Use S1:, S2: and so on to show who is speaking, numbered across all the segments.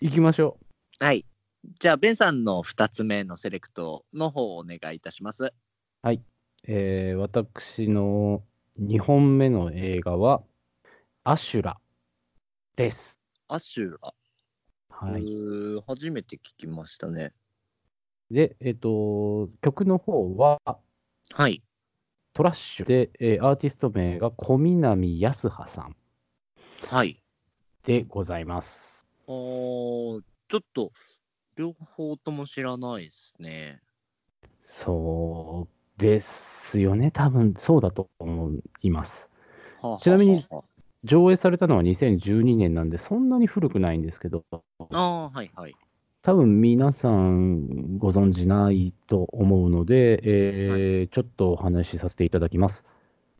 S1: 行きましょ
S2: はい。じゃあ、ベンさんの2つ目のセレクトの方をお願いいたします。
S1: う。えー私の2本目の映画は、アシュラです。
S2: アシュラ。
S1: は
S2: う
S1: い。
S2: ー初めて聞きましたね。
S1: で、えっ、と、曲の方は、
S2: はい。
S1: トラッシュで、えーアーティスト名が小南康葉さん
S2: はい。
S1: でございます。
S2: あーちょっと、両方とも知らないですね。
S1: そうですよね。多分そうだと思います。
S2: はあはあ
S1: ちなみに
S2: はあは
S1: 上映されたのは2012年なんで、そんなに古くないんですけど、
S2: ああー、はいはい。
S1: 多分皆さんご存知ないと思うので、えーちょっとお話しさせていただきます。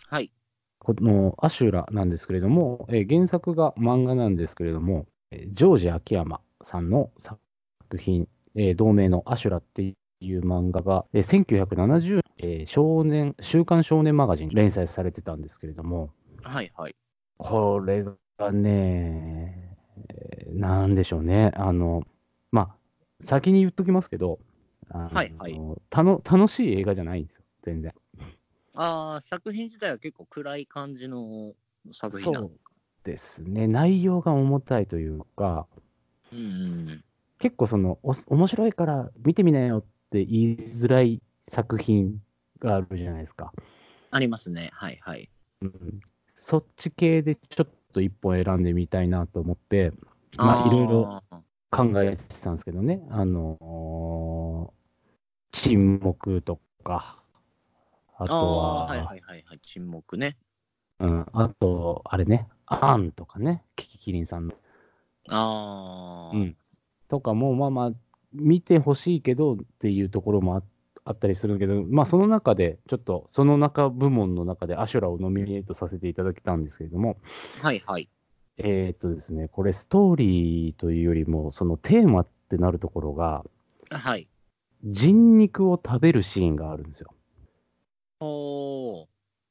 S2: はい。
S1: このアシュラなんですけれども、えー原作が漫画なんですけれども、えージョージ秋山さんの作品、えー同名のアシュラっていう漫画が、えー1970、えー少年、週刊少年マガジンに連載されてたんですけれども、
S2: はいはい。
S1: これがね、えーなんでしょうね。あの、まあ、先に言っときますけど、あの
S2: はいはい
S1: たの楽しい映画じゃないんですよ、全然。
S2: ああ、作品自体は結構暗い感じの作品なの。
S1: ですね。内容が重たいというか、
S2: うんうん。
S1: 結構その、お面白いから見てみなよって言いづらい作品があるじゃないですか。
S2: ありますね。はいはい。
S1: うん、そっち系でちょっと一本選んでみたいなと思って、まあ
S2: ー
S1: いろいろ。考えてたんですけどね、あのー沈黙とか、あ
S2: あ
S1: とは、
S2: あー、はいはいはいはい。沈黙ね。
S1: うん、あと、あれね、アンとかね、キキキリンさんの
S2: ああ、
S1: うんとかも、まあまあ、見てほしいけどっていうところもああったりするけど、まあ、その中で、ちょっと、その中部門の中でアシュラをノミネートさせていただきたんですけれども、
S2: はいはい。
S1: えーっとですね、これ、ストーリーというよりも、そのテーマってなるところが、
S2: はい。
S1: 人肉を食べるシーンがあるんですよ。
S2: おー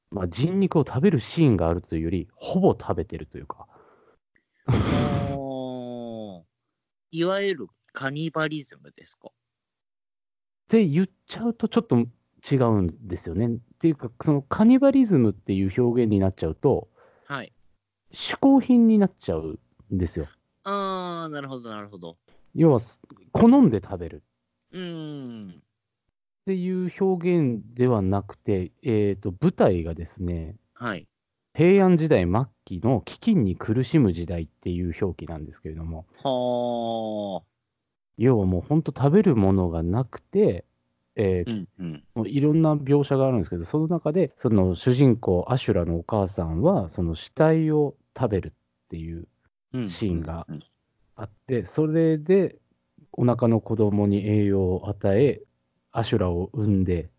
S1: まあ、人肉を食べるシーンがあるというより、ほぼ食べてるというか、
S2: おー。いわゆるカニバリズムですか。
S1: って言っちゃうとちょっと違うんですよね。っていうか、そのカニバリズムっていう表現になっちゃうと、
S2: はい。
S1: 嗜好品になっちゃうんですよ。
S2: ああ、なるほどなるほど。
S1: 要は、好んで食べる
S2: うーん。
S1: っていう表現ではなくて、えー、と舞台がですね、
S2: はい。
S1: 平安時代末期の飢饉に苦しむ時代っていう表記なんですけれども、
S2: は
S1: 要はもう本当食べるものがなくて、えー
S2: あ。うんうん。
S1: もういろんな描写があるんですけど、その中で、その主人公、アシュラのお母さんは、その死体を食べるっていう
S2: うん
S1: シーンが
S2: うん
S1: あって、それでお腹の子供に栄養を与え、アシュラを産んで、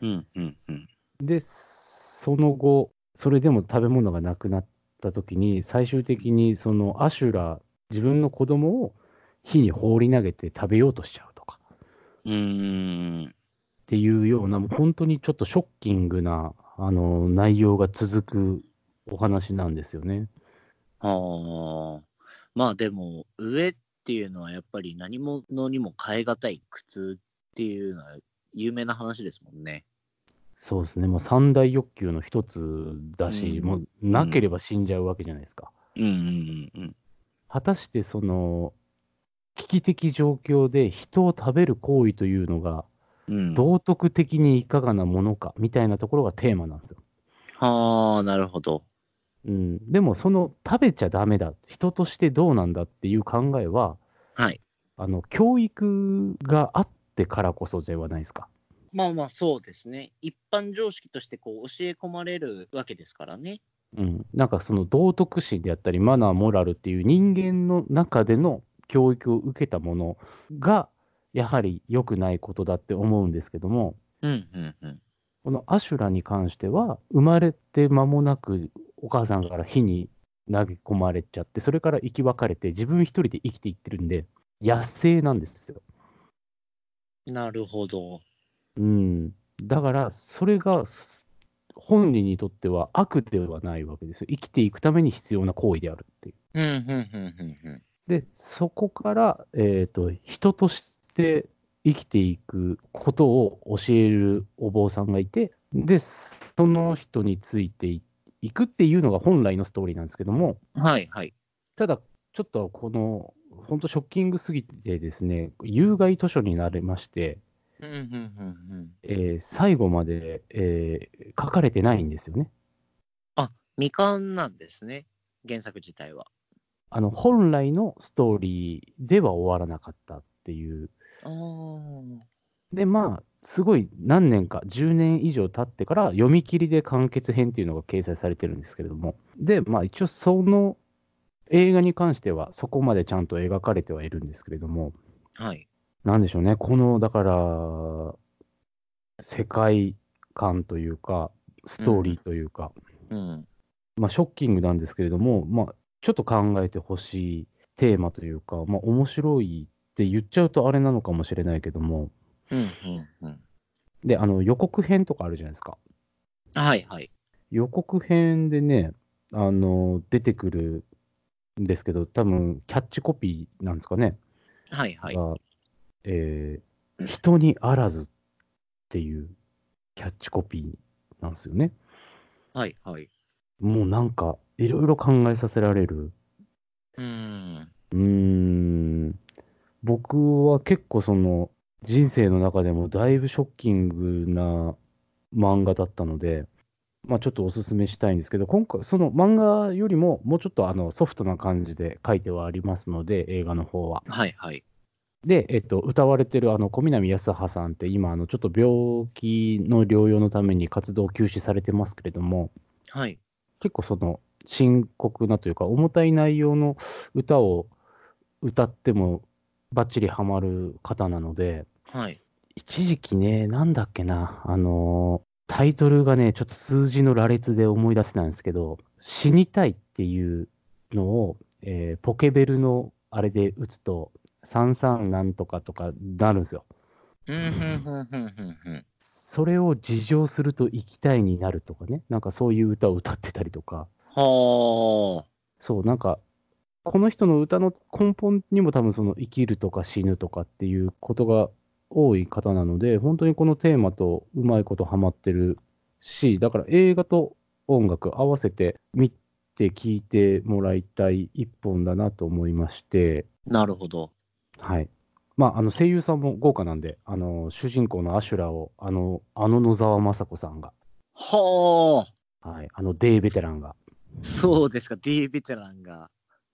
S2: うんうんうん。
S1: で、その後、それでも食べ物がなくなった時に、最終的にそのアシュラ、自分の子供を火に放り投げて食べようとしちゃうとか。
S2: うーん。
S1: っていうような、もう本当にちょっとショッキングなあの内容が続くお話なんですよね。
S2: はあ。まあでも、上っていうのはやっぱり何物にも変え難い苦痛っていうのは有名な話ですもんね。
S1: そうですね、もう三大欲求の一つだし、
S2: うん
S1: もうなければ死んじゃうわけじゃないですか。
S2: うんうんうんうん。
S1: 果たしてその危機的状況で人を食べる行為というのが
S2: うん、
S1: 道徳的にいかがなものかみたいなところがテーマなんですよ。
S2: はあ、なるほど。
S1: うん、でもその食べちゃダメだ人としてどうなんだっていう考えは
S2: はい。
S1: あの教育があってからこそではないですか。
S2: まあまあ、そうですね。一般常識としてこう教え込まれるわけですからね。
S1: うん、なんかその道徳心であったりマナーモラルっていう人間の中での教育を受けたものがやはり良くないことだって思うんですけども
S2: うんうんうん。
S1: このアシュラに関しては生まれて間もなくお母さんから火に投げ込まれちゃってそれから生き別れて自分一人で生きていってるんで野生なんですよ。
S2: なるほど。
S1: うん、だからそれが本人にとっては悪ではないわけですよ生きていくために必要な行為であるっていう。
S2: うんうんうんうんうん。
S1: で、そこから、えっ、と、人として生きていくことを教えるお坊さんがいて、で、その人についていいくっていうのが本来のストーリーなんですけども、
S2: はいはい。
S1: ただ、ちょっとこの、本当ショッキングすぎてですね、有害図書になれまして、
S2: うんうんうんうん。
S1: えー最後まで、えー書かれてないんですよね。
S2: 未完なんですね、原作自体は。
S1: あの本来のストーリーでは終わらなかったっていう。
S2: あー
S1: で、まあ、すごい何年か、10年以上経ってから読み切りで完結編っていうのが掲載されてるんですけれども。で、まあ一応その映画に関してはそこまでちゃんと描かれてはいるんですけれども、
S2: はい。
S1: なんでしょうね、この、だから、世界観というか、ストーリーというか、
S2: うん。
S1: まあ、ショッキングなんですけれども、まあ、ちょっと考えてほしいテーマというか、まあ、面白いって言っちゃうとあれなのかもしれないけども、
S2: うんうんうん。
S1: で、あの予告編とかあるじゃないですか。
S2: はいはい。
S1: 予告編でね、あの出てくるんですけど、多分キャッチコピーなんですかね、
S2: はいはい。
S1: がえー人にあらずっていうキャッチコピーなんですよね。
S2: はいはい。
S1: もうなんか、いろいろ考えさせられる。
S2: うん。
S1: うーん僕は結構その人生の中でもだいぶショッキングな漫画だったので、まあ、ちょっとおすすめしたいんですけど今回その漫画よりももうちょっとあのソフトな感じで書いてはありますので映画の方は。
S2: はいはい。
S1: で、えっと、歌われてるあの小南康葉さんって今あのちょっと病気の療養のために活動を休止されてますけれども
S2: はい。
S1: 結構その深刻なというか重たい内容の歌を歌ってもバッチリハマる方なので
S2: はい。
S1: 一時期ねなんだっけなあのータイトルがねちょっと数字の羅列で思い出せないんですけど「死にたい」っていうのを、えーポケベルのあれで打つと「33なんとか」とかなるんですよ。
S2: うんうんうんうんうんうん。
S1: それを自浄すると「生きたい」になるとかねなんかそういう歌を歌ってたりとか。
S2: はあ。
S1: そう、なんか、この人の歌の根本にも多分その生きるとか死ぬとかっていうことが多い方なので、本当にこのテーマとうまいことハマってるし、だから映画と音楽合わせて見て聴いてもらいたい一本だなと思いまして、
S2: なるほど。
S1: はい。まあ、あの声優さんも豪華なんで、あの主人公のアシュラを、あのあの野沢雅子さんが、
S2: はあ。
S1: はい、あのデイベテランが、
S2: そうですか、D ベテランが。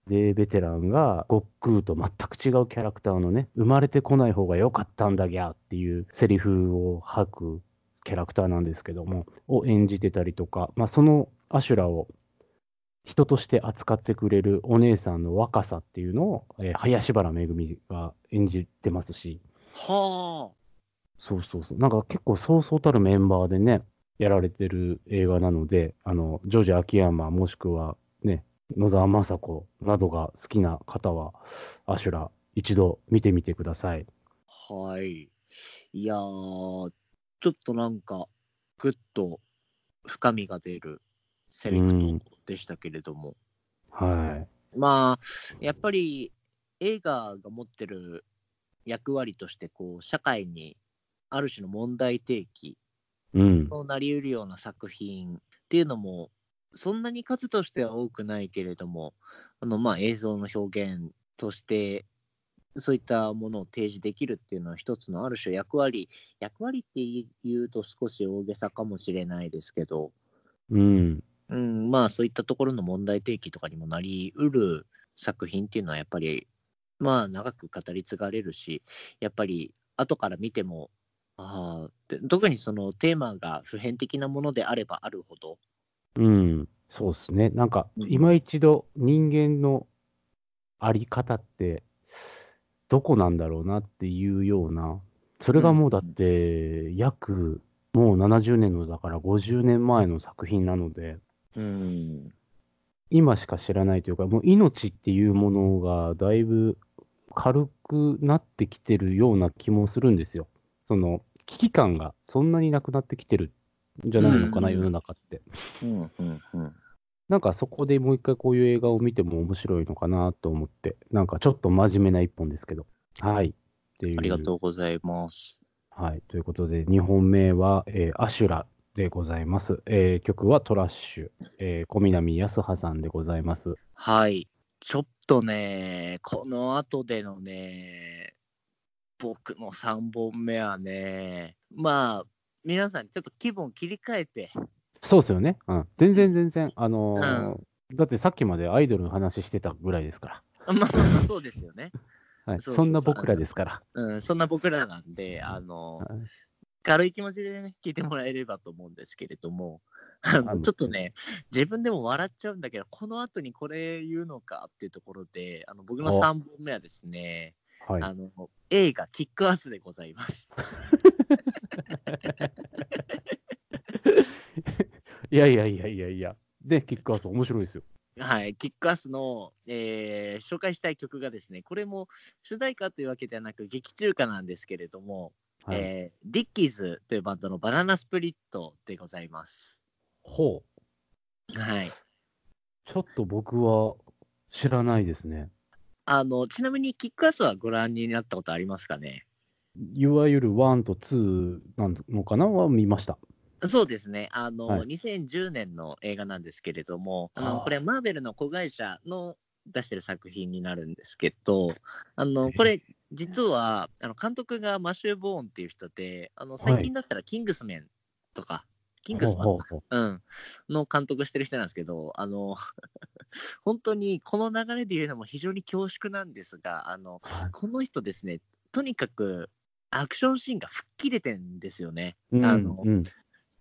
S1: で、ベテランが悟空と全く違うキャラクターのね、生まれてこない方が良かったんだぎゃっていうセリフを吐くキャラクターなんですけども、を演じてたりとか、まあ、そのアシュラを人として扱ってくれるお姉さんの若さっていうのを、えー林原めぐみが演じてますし、
S2: は
S1: そうそうそう、なんか結構そうそうたるメンバーでね、やられてる映画なので、あの、ジョージ秋山もしくはね、野沢雅子などが好きな方は、アシュラ、一度見てみてください。
S2: あ。はい。いやー、ちょっとなんか、ぐっと深みが出るセレクトでしたけれども。
S1: は
S2: まあ、やっぱり映画が持ってる役割として、こう、社会にある種の問題提起
S1: い。うん。
S2: となりうるような作品っていうのも、そんなに数としては多くないけれども、あのまあ、映像の表現として、そういったものを提示できるっていうのは一つのある種役割、役割って言うと少し大げさかもしれないですけど、
S1: うん。
S2: うん、まあそういったところの問題提起とかにもなりうる作品っていうのはやっぱりまあ長く語り継がれるしやっぱり後から見てもああで特にそのテーマが普遍的なものであればあるほど
S1: うん。そうですね。なんか、
S2: うん
S1: 今一度人間のあり方って、どこなんだろうなっていうような、それがもうだって、約、もう70年の、だから50年前の作品なので、
S2: うん
S1: 今しか知らないというか、もう命っていうものがだいぶ軽くなってきてるような気もするんですよ。その危機感がそんなになくなってきてるんじゃないのかな、
S2: うん
S1: 世の中って。
S2: うんうんうん
S1: なんかそこでもう一回こういう映画を見ても面白いのかなと思って、なんかちょっと真面目な一本ですけど。はい。っていう
S2: ありがとうございます。
S1: はい。ということで、2本目は、えーアシュラでございます。えー曲はトラッシュ、えー小南康葉さんでございます。
S2: はい。ちょっとね、この後でのね、僕の3本目はね、まあ、皆さんちょっと気分を切り替えて、
S1: そうですよね。うん。全然全然、あのーだってさっきまでアイドルの話してたぐらいですから。
S2: まあまあまあそうですよね。
S1: はい。
S2: そうそうそう
S1: そんな僕らですから。
S2: うん、そんな僕らなんで、あの
S1: はい、
S2: 軽い気持ちでね、聞いてもらえればと思うんですけれども、あ
S1: あ
S2: の
S1: の
S2: ちょっとね、自分でも笑っちゃうんだけど、この後にこれ言うのかっていうところで、あの僕の
S1: お
S2: 3本目はですね、
S1: はい。
S2: あの映画、キックアスでございます。
S1: いやいやいやいやいや。で、キックアウス面白いですよ。
S2: はい、キックアスの、えー紹介したい曲がですね、これも主題歌というわけではなく、劇中歌なんですけれども、
S1: はい。
S2: えーディッキーズというバンドのバナナスプリットでございます。
S1: ほう。
S2: はい。
S1: ちょっと僕は知らないですね。
S2: あの、ちなみにキックアスはご覧になったことありますかね
S1: いわゆる1と2なのかなは見ました。
S2: そうですね。あの、
S1: はい
S2: 2010年の映画なんですけれども、あの
S1: あー
S2: これマーベルの子会社の出してる作品になるんですけど、あのこれ実はあの監督がマシュー・ボーンっていう人で、あの
S1: はい
S2: 最近だったらキングスメンとか、キングスマン
S1: ほう
S2: か
S1: ほう
S2: うん、の監督してる人なんですけど、あの 本当にこの流れで言うのも非常に恐縮なんですが、あの
S1: ほう
S2: この人ですね、とにかくアクションシーンが吹っ切れてんですよね。
S1: うん
S2: あの
S1: うん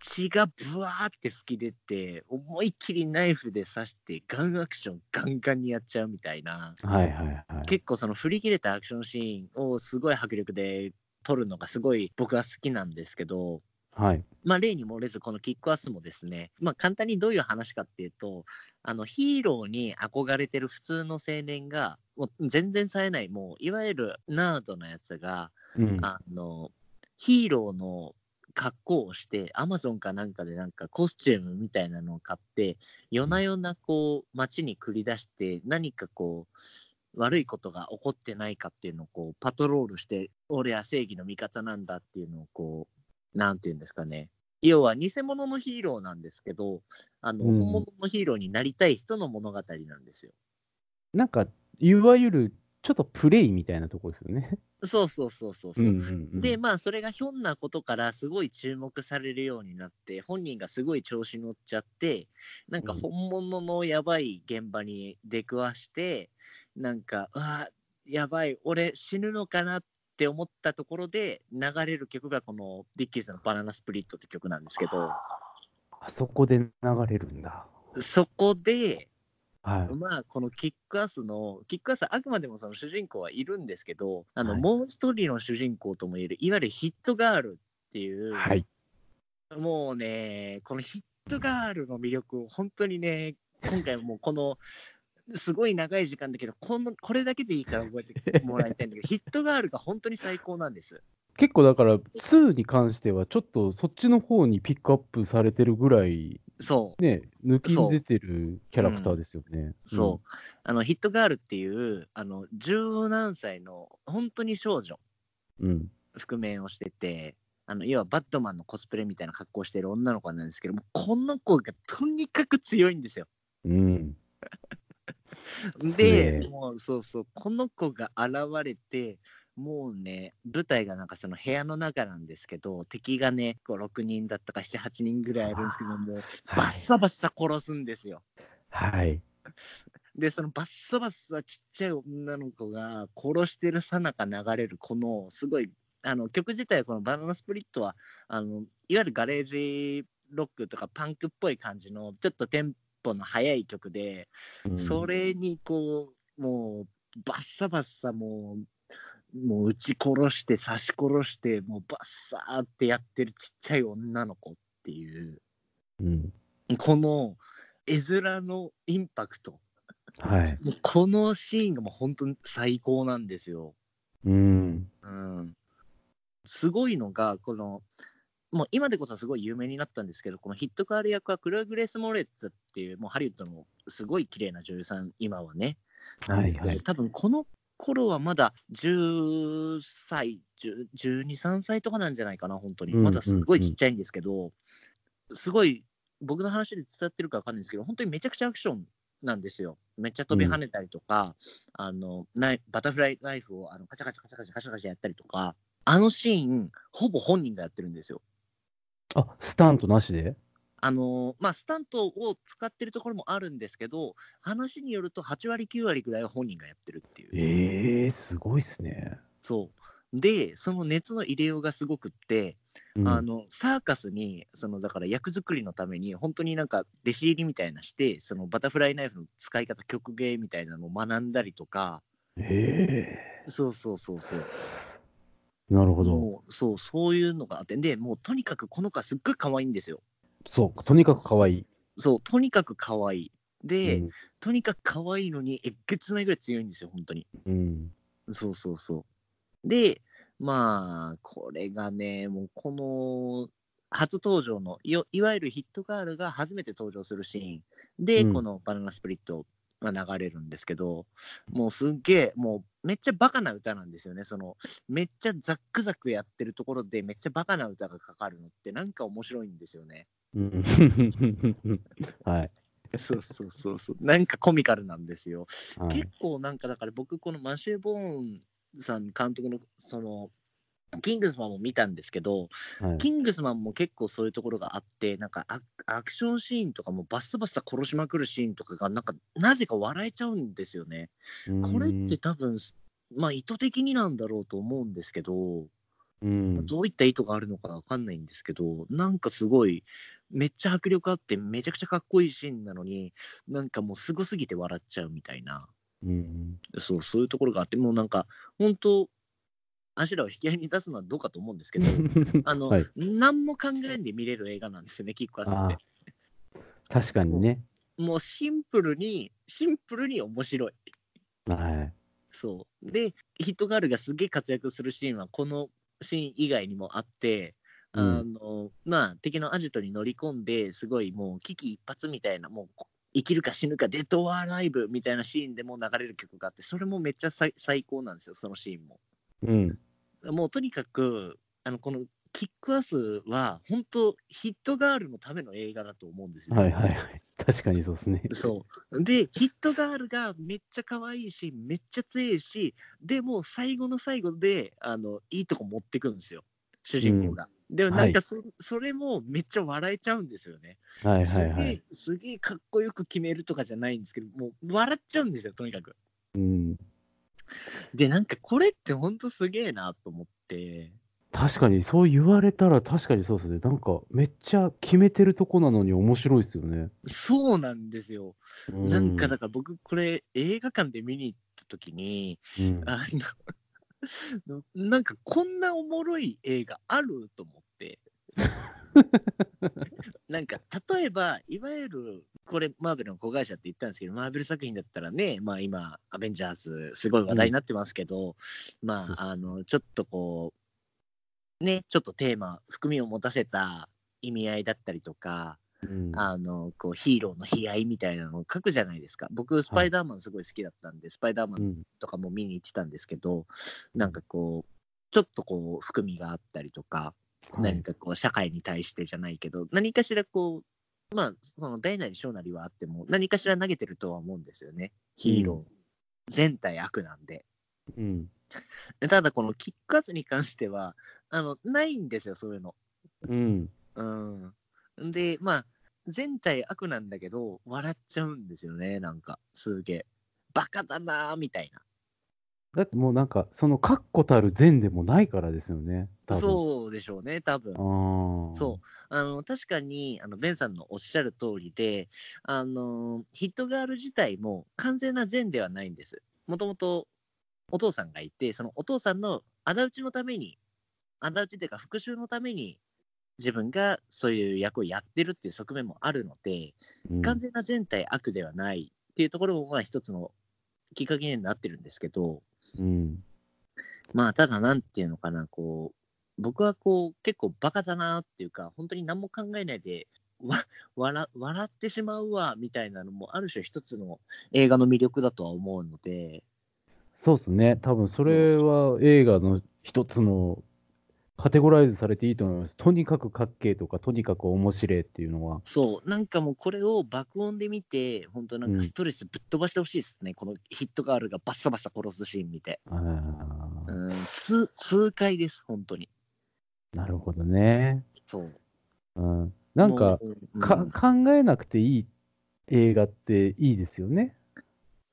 S2: 血がブワーって吹き出て思いっきりナイフで刺してガンアクションガンガンにやっちゃうみたいな
S1: はいはいはい。
S2: 結構その振り切れたアクションシーンをすごい迫力で撮るのがすごい僕は好きなんですけど
S1: はい。
S2: まあ例に漏れずこのキックアスもですねまあ簡単にどういう話かっていうとあのヒーローに憧れてる普通の青年がもう全然冴えないもういわゆるナードなやつが
S1: うん
S2: あの、ヒーローの格好をして、アマゾンかなんかでなんかコスチュームみたいなのを買って、夜な夜なこう街に繰り出して、何かこう、悪いことが起こってないかっていうのをこうパトロールして、俺は正義の味方なんだっていうのをこう、なんていうんですかね。要は偽物のヒーローなんですけど、あの、
S1: うん
S2: 本物のヒーローになりたい人の物語なんですよ。
S1: なんか、いわゆるちょっとプレイみたいなとこですよね。
S2: そうそうそうそうそう。
S1: うんうんうん
S2: でまあそれがひょんなことからすごい注目されるようになって本人がすごい調子乗っちゃってなんか
S1: うん
S2: 本物のやばい現場に出くわして、なんかうわやばい俺死ぬのかなって思ったところで流れる曲がこのディッキーズの「バナナスプリット」って曲なんですけど
S1: あそこで流れるんだ。
S2: そこで
S1: はい。
S2: まあこのキックアスのキックアスはあくまでもその主人公はいるんですけどあの、
S1: はい
S2: もう一人の主人公ともいえるいわゆるヒットガールっていう、
S1: はい。
S2: もうね、このヒットガールの魅力を本当にね、今回もうこの、すごい長い時間だけど、このこれだけでいいから覚えてもらいたいんだけど、ヒットガールが本当に最高なんです。
S1: 結構だから、2に関しては、ちょっとそっちの方にピックアップされてるぐらい、
S2: そう、
S1: ね、抜き出てるキャラクターですよね。
S2: そう。あの、ヒットガールっていう、あの、十何歳の本当に少女、
S1: うん。うん。
S2: 覆面をしてて、あの要はバットマンのコスプレみたいな格好をしてる女の子なんですけどもこの子がとにかく強いんですよ。
S1: うん。
S2: で
S1: ね、え
S2: もうそうそう、この子が現れて、もうね、舞台がなんかその部屋の中なんですけど、敵がね、こう6人だったか7、8人ぐらいいるんですけど、もうバッサバッサ殺すんですよ。
S1: はい。
S2: で、そのバッサバッサちっちゃい女の子が殺してるさなか流れる、このすごい、あの曲自体はこのバナナスプリットは、あのいわゆるガレージロックとかパンクっぽい感じの、ちょっとテンポの速い曲で、
S1: うん
S2: それにこうもうバッサバッサもうもう撃ち殺して刺し殺してもうバッサーってやってるちっちゃい女の子っていう
S1: うん。
S2: この絵面のインパクト
S1: はい。
S2: もうこのシーンがもう本当に最高なんですよ。
S1: うん。
S2: うん、すごいのがこのもう今でこそすごい有名になったんですけど、このヒットカール役はクログレス・モレッツァっていう、もうハリウッドのすごい綺麗な女優さん、今はね、なんですけど、
S1: はいはい
S2: 多分この頃はまだ10歳、10 12、3歳とかなんじゃないかな、本当に。
S1: うん
S2: まだすごいちっちゃいんですけど、すごい僕の話で伝わってるかわかんないですけど、本当にめちゃくちゃアクションなんですよ。めっちゃ飛び跳ねたりとか、あのないバタフライナイフをあのカチャカチャカチャカチャカチャカチャやったりとか、あのシーン、ほぼ本人がやってるんですよ。
S1: あ、スタントなしで
S2: あのまあ、スタントを使ってるところもあるんですけど、話によると8割、9割ぐらいは本人がやってるっていう。
S1: ええすごいっすね。
S2: そうで、その熱の入れようがすごくって、
S1: うん
S2: あのサーカスに、そのだから役作りのために、本当になんか弟子入りみたいなして、そのバタフライナイフの使い方、曲芸みたいなのを学んだりとか、
S1: え
S2: そうそうそうそう。
S1: えなるほど。
S2: もうそうそういうのがあってでもうとにかくこの子はすっごい可愛いんですよ
S1: そう、とにかく可愛い。
S2: そうとにかく可愛いで、
S1: うん
S2: とにかく可愛いのにえっげつないぐらい強いんですよ本当に
S1: うん。
S2: そうそうそうでまあこれがねもうこの初登場のいわいわゆるヒットガールが初めて登場するシーンで、
S1: うん
S2: この「バナナスプリット」が流れるんですけどもうすっげえもうめっちゃバカな歌なんですよねそのめっちゃザックザクやってるところでめっちゃバカな歌がかかるのってなんか面白いんですよね。
S1: うん はい。
S2: そうそうそうそうなんかコミカルなんですよ。
S1: は
S2: 結
S1: い。
S2: 構なんかだから僕このマシュー・ボーンさん監督のそのキングスマンも見たんですけど、
S1: はい
S2: キングスマンも結構そういうところがあってなんかアアクションシーンとかもバッサバッサ殺しまくるシーンとかがなんかなぜか笑えちゃうんですよね。これって、多分まあ意図的になんだろうと思うんですけど、
S1: うん
S2: まあどういった意図があるのかわかんないんですけどなんかすごいめっちゃ迫力あってめちゃくちゃかっこいいシーンなのになんかもうすごすぎて笑っちゃうみたいな。
S1: うん
S2: そう、そういうところがあって、もうなんか、本当アシュラを引き合いに出すのはどうかと思うんですけど、あの、
S1: はい
S2: 何も考えんで見れる映画なんですよね、キックアスっ
S1: あ
S2: て
S1: あ。確かにね。
S2: もうシンプルに、シンプルに面白い。
S1: はい。
S2: そう。で、ヒットガールがすげえ活躍するシーンは、このシーン以外にもあって、
S1: う
S2: あ
S1: ん
S2: の、まあ、敵のアジトに乗り込んで、すごいもう危機一髪みたいな、もうこ生きるか死ぬかデッド・オア・ライブみたいなシーンでもう流れる曲があって、それもめっちゃ最最高なんですよ、そのシーンも。
S1: うん。
S2: もうとにかくあのこのキックアスは本当ヒットガールのための映画だと思うんですよ。
S1: はいはいはい。確かにそうですね。
S2: そうでヒットガールがめっちゃ可愛いしめっちゃ強いしでもう最後の最後であのいいとこ持ってくんですよ主人公が。でもなんかそ,、それもめっちゃ笑えちゃうんですよね。
S1: はいはいは
S2: すげ
S1: い
S2: え。すげえかっこよく決めるとかじゃないんですけどもう笑っちゃうんですよとにかく。
S1: うん。
S2: でなんかこれって本当すげえなと思って。
S1: 確かにそう言われたら確かにそうですね。なんかめっちゃ決めてるとこなのに面白いですよね。
S2: そうなんですよ。
S1: う
S2: なんかだから僕これ映画館で見に行った時に
S1: うん
S2: あのなんかこんなおもろい映画あると思ってなんか例えばいわゆるこれマーベルの子会社って言ったんですけどマーベル作品だったらねまあ今「アベンジャーズ」すごい話題になってますけど、まああのちょっとこうねちょっとテーマ含みを持たせた意味合いだったりとか
S1: うん
S2: あのこうヒーローの悲哀みたいなのを書くじゃないですか僕スパイダーマンすごい好きだったんで、スパイダーマ
S1: う
S2: ン
S1: ん
S2: とかも見に行ってたんですけどなんかこうちょっとこう含みがあったりとか、
S1: はい
S2: 何かこう社会に対してじゃないけど何かしらこうまあその大なり小なりはあっても何かしら投げてるとは思うんですよねヒーロー、全体悪なんで
S1: うん
S2: ただこのキックアスに関してはあのないんですよそういうの
S1: うん
S2: うん。で、まあ、全体悪なんだけど、笑っちゃうんですよね、なんか、すげえ。バカだなーみたいな。
S1: だってもうなんかその確固たる善でもないからですよね。多分
S2: そうでしょうね、多分。
S1: ああ。
S2: そう。あの、確かに、あの、ベンさんのおっしゃる通りで、あの、ヒットガール自体も完全な善ではないんです。もともと、お父さんがいて、そのお父さんの仇討ちのために、仇討ちっていうか復讐のために、自分がそういう役をやってるっていう側面もあるので、
S1: うん。
S2: 完全な全体悪ではないっていうところもまあ一つのきっかけになってるんですけど
S1: うん。
S2: まあただなんていうのかなこう僕はこう結構バカだなっていうか本当に何も考えないでわ笑笑ってしまうわみたいなのもある種一つの映画の魅力だとは思うので
S1: そうですね。多分それは映画の一つのカテゴライズされていいと思います。とにかくかっけえとか、とにかく面白いっていうのは。
S2: そうなんかもうこれを爆音で見て本当なん
S1: う
S2: か
S1: ん
S2: ストレスぶっ飛ばしてほしいですね、このヒットガールがバッサバッサ殺すシーン見て
S1: あ
S2: う
S1: ー
S2: ん痛痛快です本当に
S1: なるほどね。
S2: そう
S1: うん、なんか
S2: もううん
S1: か、考えなくていい映画っていいですよね。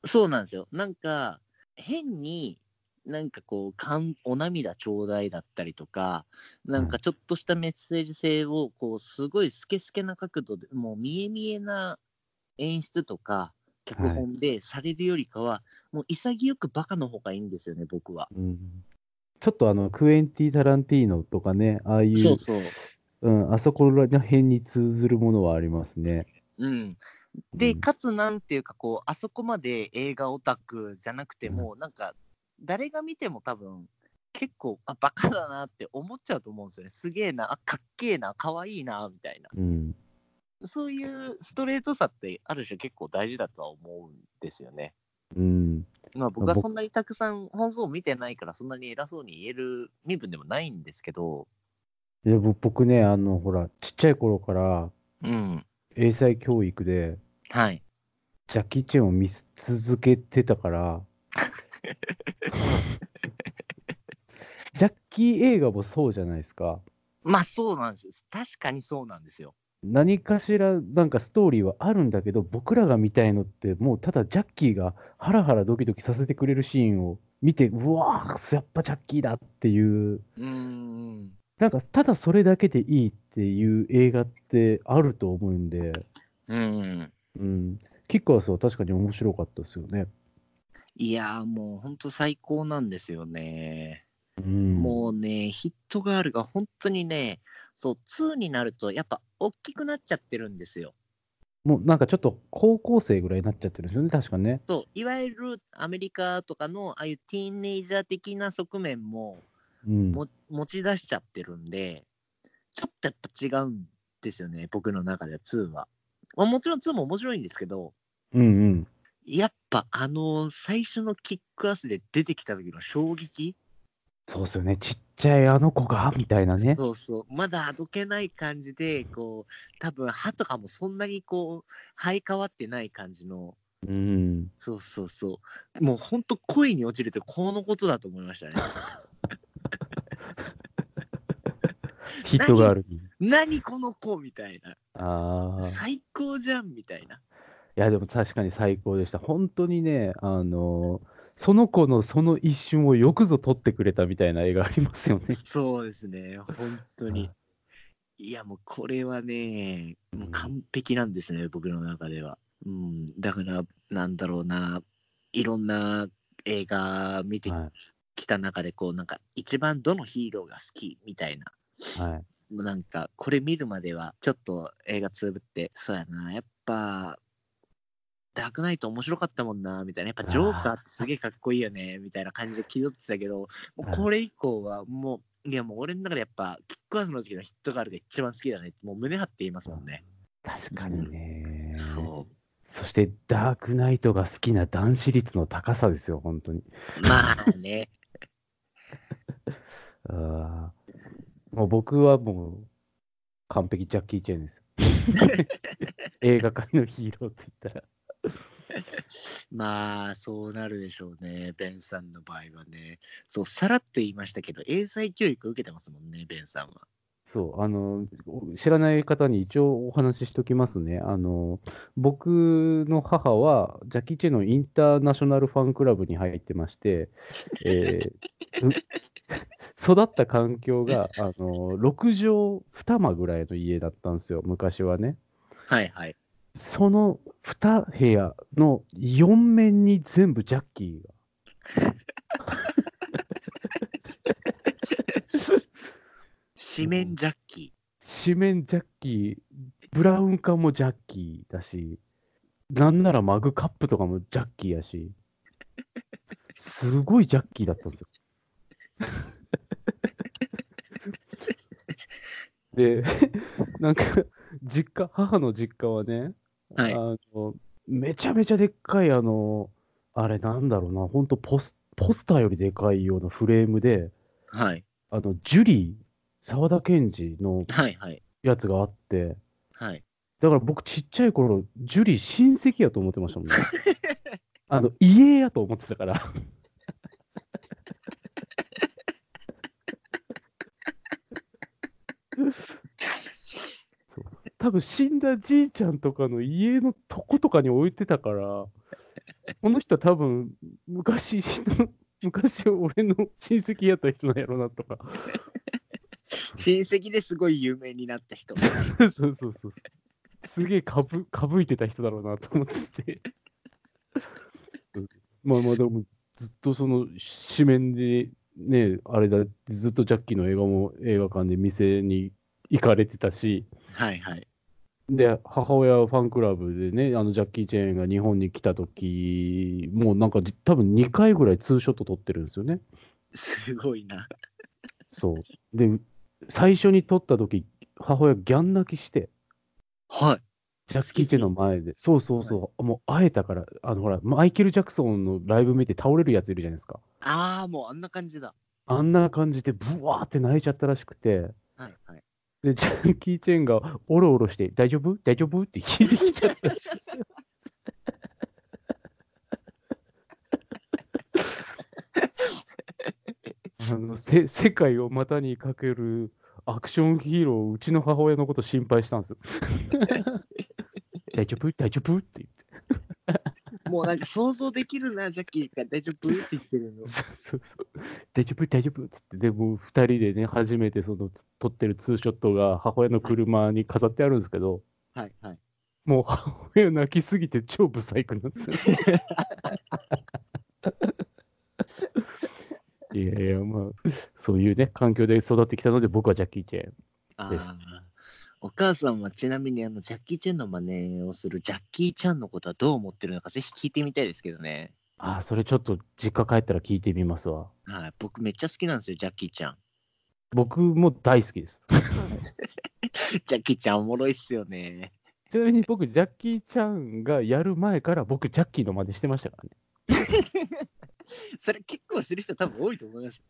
S2: そうなんですよ。なんか、変に、なんかこう、かんお涙ちょうだいだったりとか、なんかちょっとしたメッセージ性を、こう、すごいスケスケな角度で、もう見え見えな演出とか、脚本でされるよりかは、もう潔くバカの方がいいんですよね、僕は。
S1: うん、ちょっとあの、クエンティ・タランティーノとかね、ああいう、
S2: そうそう。
S1: うん、あそこら辺に通ずるものはありますね。
S2: うん。で、
S1: うん
S2: かつなんていうか、こう、あそこまで映画オタクじゃなくても、なんか、誰が見ても多分、結構、あ、バカだなって思っちゃうと思うんですよね。すげえな、あかっけえな、かわいいな、みたいな。
S1: うん、
S2: そういうストレートさって、ある種結構大事だとは思うんですよね。
S1: うん、
S2: まあ僕は
S1: 僕
S2: そんなにたくさん本数を見てないから、そんなに偉そうに言える身分でもないんですけど、
S1: いやぼ僕ね、あの、ほら、ちっちゃい頃から
S2: うん。
S1: 英才教育で
S2: はい。
S1: ジャッキー・チェンを見続けてたから、ジャッキー映画もそうじゃないですか。
S2: まあそうなんですよ。確かにそうなんですよ。
S1: 何かしらなんかストーリーはあるんだけど僕らが見たいのってもうただジャッキーがハラハラドキドキさせてくれるシーンを見てうわーやっぱジャッキーだっていう
S2: うーん。
S1: なんかただそれだけでいいっていう映画ってあると思うんで、
S2: うん。
S1: うん、キックアスは確かに面白かったですよね。
S2: いやーもう本当最高なんですよね。
S1: うん、
S2: もうね、ヒットガールが本当にね、そう、2になるとやっぱ大きくなっちゃってるんですよ。
S1: もうなんかちょっと高校生ぐらいになっちゃってるんですよね確かね。
S2: そう、いわゆるアメリカとかのああいうティーンネイジャー的な側面も
S1: うん、
S2: も持ち出しちゃってるんで、ちょっとやっぱ違うんですよね、僕の中では2は。まあ、もちろん2も面白いんですけど、
S1: うんうん
S2: やっぱあの最初のキックアスで出てきた時の衝撃
S1: そうですよねちっちゃいあの子がみたいなね。
S2: そうそう、まだあどけない感じで、こう、多分歯とかもそんなにこう、生え変わってない感じの、
S1: うん、
S2: そうそうそう、もうほんと恋に落ちるってこのことだと思いま したね。
S1: ヒットがある。
S2: 何この子みたいな、
S1: ああ。
S2: 最高じゃんみたいな。
S1: いや、でも確かに最高でした。本当にね、あのーその子のその一瞬をよくぞ撮ってくれたみたいな映画ありますよね。
S2: そうですね、本当に
S1: は。
S2: いや、もうこれはね、もううん完璧なんですね、僕の中では。うん、だから、なんだろうな、いろんな映画見て
S1: は。
S2: 来た中でこうなんか一番どのヒーローが好きみたいない
S1: はい。
S2: もうなんかこれ見るまではちょっと映画つぶってそうやなやっぱダークナイト面白かったもんなみたいなやっぱジョーカーってすげえかっこいいよねみたいな感じで気取ってたけどもうこれ以降はもういやもう俺の中でやっぱキックアウスの時のヒットガールが一番好きだねってもう胸張って言いますもんね、
S1: 確かにね。
S2: そ
S1: そして、ダークナイトが好きな男子率の高さですよ、本当に。
S2: うまあね
S1: あーもう僕はもう、完璧ジャッキー・チェーンですよ。 映画界のヒーローって言ったら。
S2: まあそうなるでしょうねベンさんの場合はねそうさらっと言いましたけど英才教育受けてますもんねベンさんは
S1: そう、あの、知らない方に一応お話ししておきますね。あの、僕の母は、ジャッキー・チェンのインターナショナルファンクラブに入ってまして、えーう育った環境が、あの、6畳2間ぐらいの家だったんですよ、昔はね。
S2: はいはい
S1: その2部屋の4面に全部ジャッキーが。
S2: 紙面ジャッキ
S1: 紙面ジャッキー、ブラウン管もジャッキーだし、なんならマグカップとかもジャッキーやし、 すごいジャッキーだったんですよ。で、なんか、実家、母の実家はね、
S2: はい
S1: あの、めちゃめちゃでっかい、あの、あれなんだろうな、ほんとポス、ポスターよりでかいようなフレームで、
S2: はい。
S1: あの、ジュリー、沢田研二の
S2: はいはい。
S1: やつがあって、
S2: はい。
S1: だから僕ちっちゃい頃、ジュリー親戚やと思ってましたもんね。あの、家やと思ってたから。そう多分死んだじいちゃんとかの家のとことかに置いてたから、この人は多分昔の、昔俺の親戚やった人なんやろなとか。
S2: 親戚ですごい有名になった人。
S1: そうそうそうそう。すげえかぶかぶいてた人だろうなと思ってて。まあまあ、でもずっとその紙面で、ね、あれだ、ずっとジャッキーの映画も映画館で店に行かれてたし、
S2: はいはい。
S1: で、母親はファンクラブでね、あのジャッキー・チェーンが日本に来た時もうなんか多分2回ぐらいツーショット撮ってるんですよね。
S2: すごいな。
S1: そう。で、最初に撮った時母親ギャン泣きして、
S2: はい。
S1: ジャッキー・チェンの前で、そうそうそう、もう会えたから、あのほら、マイケル・ジャクソンのライブ見て倒れるやついるじゃないですか。
S2: ああ、もうあんな感じだ。
S1: あんな感じで、ブワーって泣いちゃったらしくて、
S2: はいはい。
S1: で、ジャッキー・チェンがおろおろして、大丈夫大丈夫って聞いてきたらしい ですよ。あのせ世界を股にかけるアクションヒーロー、うちの母親のこと心配したん ですよ。大丈夫大丈夫って言って。
S2: もうなんか想像できるな、ジャッキーが大丈夫って言ってるの。
S1: そうそうそう。大丈夫、大丈夫っつって、でもう2人でね、初めてそのつ撮ってるツーショットが母親の車に飾ってあるんですけど、
S2: はいはい。
S1: もう母親泣きすぎて超ブサイクなんですよ。いやいや、まあ、そういうね、環境で育ってきたので、僕はジャッキー・チェーン。
S2: あ
S1: で
S2: ー
S1: す
S2: お母さんはちなみにあのジャッキー・チェンの真似をするジャッキー・チャンのことはどう思ってるのかぜひ聞いてみたいですけどね。
S1: ああ、それちょっと実家帰ったら聞いてみますわ。
S2: はい、僕めっちゃ好きなん ですよ、ジャッキー・チャン。
S1: 僕も大好きです。
S2: ジャッキー・チャンおもろいっすよね。
S1: ちなみに僕、ジャッキー・チャンがやる前から、僕、ジャッキーの真似してましたからね。
S2: それ結構してる人多分多いと思います。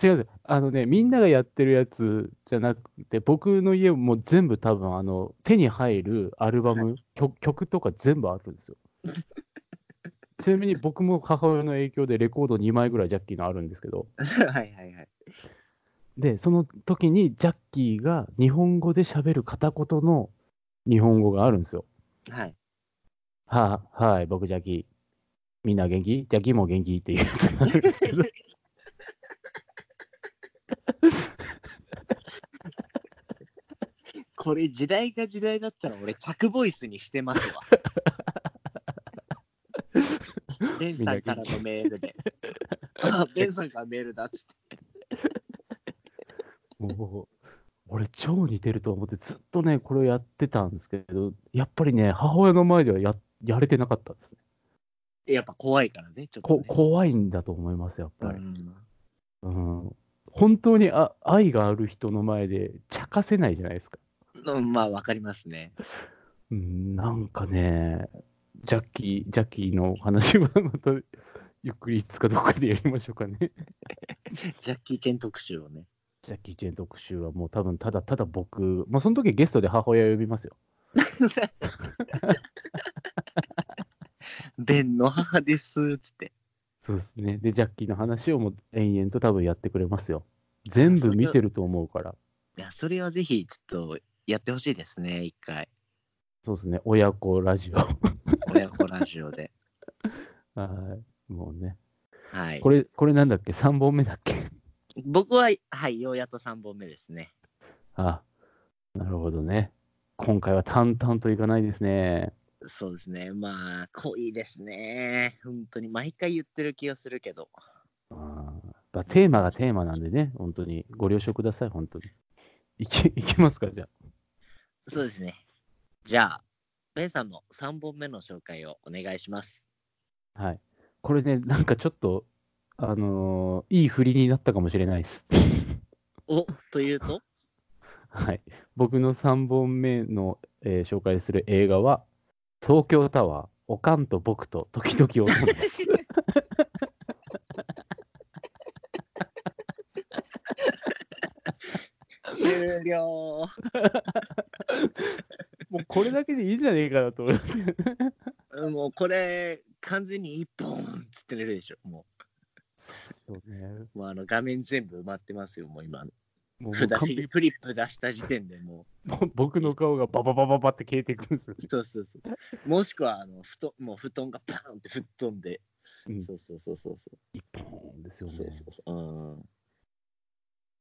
S1: 違うあのねみんながやってるやつじゃなくて僕の家も全部多分あの手に入るアルバム、曲曲とか全部あるんですよちなみに僕も母親の影響でレコード2枚ぐらいジャッキーのあるんですけど
S2: はいはいはい。
S1: でその時にジャッキーが日本語で喋る片言の日本語があるんですよ
S2: はい。
S1: は あ、はい、僕、ジャッキー。みんな元気ジャッキーも元気っていうやつがあるんですけど。
S2: これ時代が時代だったら俺、着ボイスにしてます わ。ベンさんからのメールで。 あ、ベンさんからメールだっつって。
S1: もう俺、超似てると思って、ずっとね、これをやってたんですけど、やっぱりね、母親の前ではややれてなかったですね
S2: やっぱ怖いからね、ちょっと、
S1: こ
S2: ね。
S1: 怖いんだと思います、やっぱ
S2: う
S1: り。
S2: ん
S1: うん本当にあ愛がある人の前で、茶化せないじゃないですか。
S2: うん、まあわかりますね。
S1: うんなんかね、ジャッキー、ジャッキーのお話はまた、ゆっくりいつかどっかでやりましょうかね。
S2: ジャッキー・チェン特集をね。
S1: ジャッキー・チェン特集はもう多分ただただ僕、まあ、その時ゲストで母親呼びますよ。
S2: ベンの母ですっつって。
S1: そうですね。で、ジャッキーの話をもう延々と多分やってくれますよ。全部見てると思うから。
S2: いや、それはぜひちょっとやってほしいですね、一回。
S1: そうですね。親子ラジオ。
S2: 親子ラジオで。
S1: はい。もうね。
S2: はい
S1: こ。れ、これなんだっけ ?3 本目だっけ
S2: 僕は、はい、ようやっと3本目ですね。
S1: ああ、なるほどね。今回は淡々といかないですね。
S2: そうですね。まあ、濃いですね。本当に、毎回言ってる気がするけど。
S1: あーまあテーマがテーマなんでね、本当に。ご了承ください、本当に。いけ、いけますかじゃあ。
S2: そうですね。じゃあ、ベンさんの3本目の紹介をお願いします。
S1: はい。これね、なんかちょっと、あのーいい振りになったかもしれないです。
S2: おというと
S1: はい、僕の3本目の、えー紹介する映画は、東京タワー、おかんと僕と時々おかんです。
S2: 終了
S1: もうこれだけでいいじゃねえかなと思いますけどね
S2: もうこれ完全に一本つってれるでしょも
S1: そうね。
S2: うもうあの画面全部埋まってますよもう今
S1: もう
S2: フ
S1: 完璧
S2: フリップ出した時点でも
S1: もう僕の顔がバババババって消えていくんですよ
S2: う。そうそうそうもしくはあの布団もう布団がパーンって吹っ飛んで、
S1: うん
S2: そうそうそうそうそ
S1: 一本です
S2: う、
S1: よね。
S2: そうそうそううん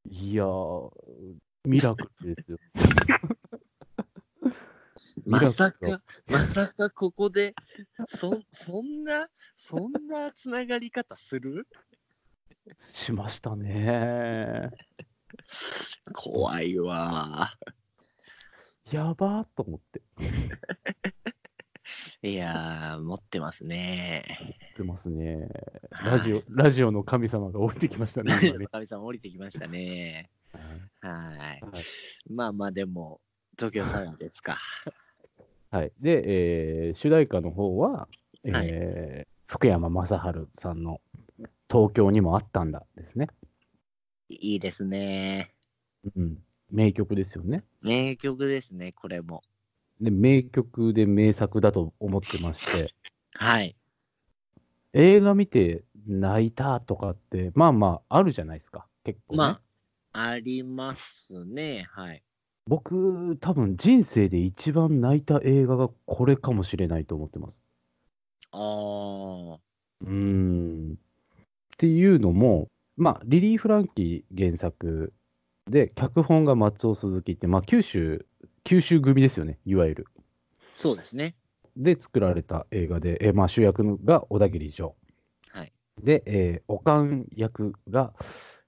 S1: いやー、ミラクル ですよ。
S2: まさ
S1: ミラ
S2: かまさかここでそそんなそんなつながり方する
S1: しましたね。
S2: 怖いわ
S1: やばーと思って
S2: いやー持ってますね
S1: 言ってますね。ラジオ、ラジオの神様が降りてきましたね。
S2: ラジ
S1: 今
S2: オ
S1: ね
S2: の神様降りてきましたね。はい。
S1: はい
S2: まあまあでも、東京タワーですか。
S1: はい。で、えー主題歌の方は、えー
S2: は
S1: 福山雅治さんの東京にもあったんだですね。
S2: いいですね。
S1: うん。名曲ですよね。
S2: 名曲ですね、これも。
S1: で、名曲で名作だと思ってまして、
S2: はい。
S1: 映画見て泣いたとかって、まあまああるじゃないですか。結構、ね。
S2: まあ、ありますね。はい。
S1: 僕、多分人生で一番泣いた映画がこれかもしれないと思ってます。
S2: あー。
S1: うーん。っていうのも、まあ、リリー・フランキー原作で、脚本が松尾鈴木って、まあ、九州、九州組ですよね、いわゆる。
S2: そうですね。
S1: で、作られた映画で、えーまあ、主役が小田切城。
S2: はい。
S1: で、えー、おかん役が、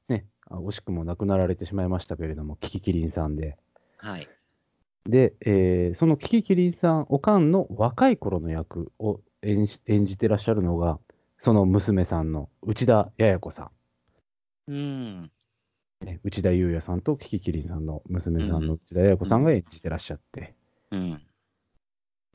S1: ね、あ惜しくも亡くなられてしまいましたけれども、キキキリンさんで。
S2: はい。
S1: で、えーそのキキキリンさん、おかんの若い頃の役を演じ演じてらっしゃるのが、その娘さんの内田やや子さん。
S2: うん。
S1: ね内田裕也さんとキキキリンさんの娘さんの内田彩子さんが演じてらっしゃって、
S2: うん。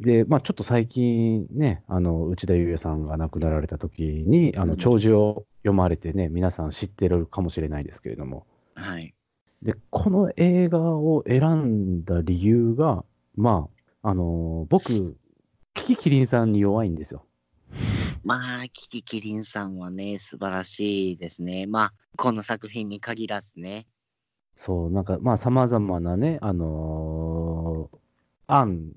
S1: で、まあ、ちょっと最近ね、あの内田裕也さんが亡くなられた時に、あ
S2: う
S1: の
S2: ん
S1: 弔辞を読まれてね、皆さん知ってるかもしれないですけれども、
S2: はい。
S1: で、この映画を選んだ理由が、まあ、あの僕、キキキリンさんに弱いんですよ。
S2: まあ、キキキリンさんはね、素晴らしいですね。まあ、この作品に限らずね。
S1: そう、なんか、まあ、さまざまなね、あのー案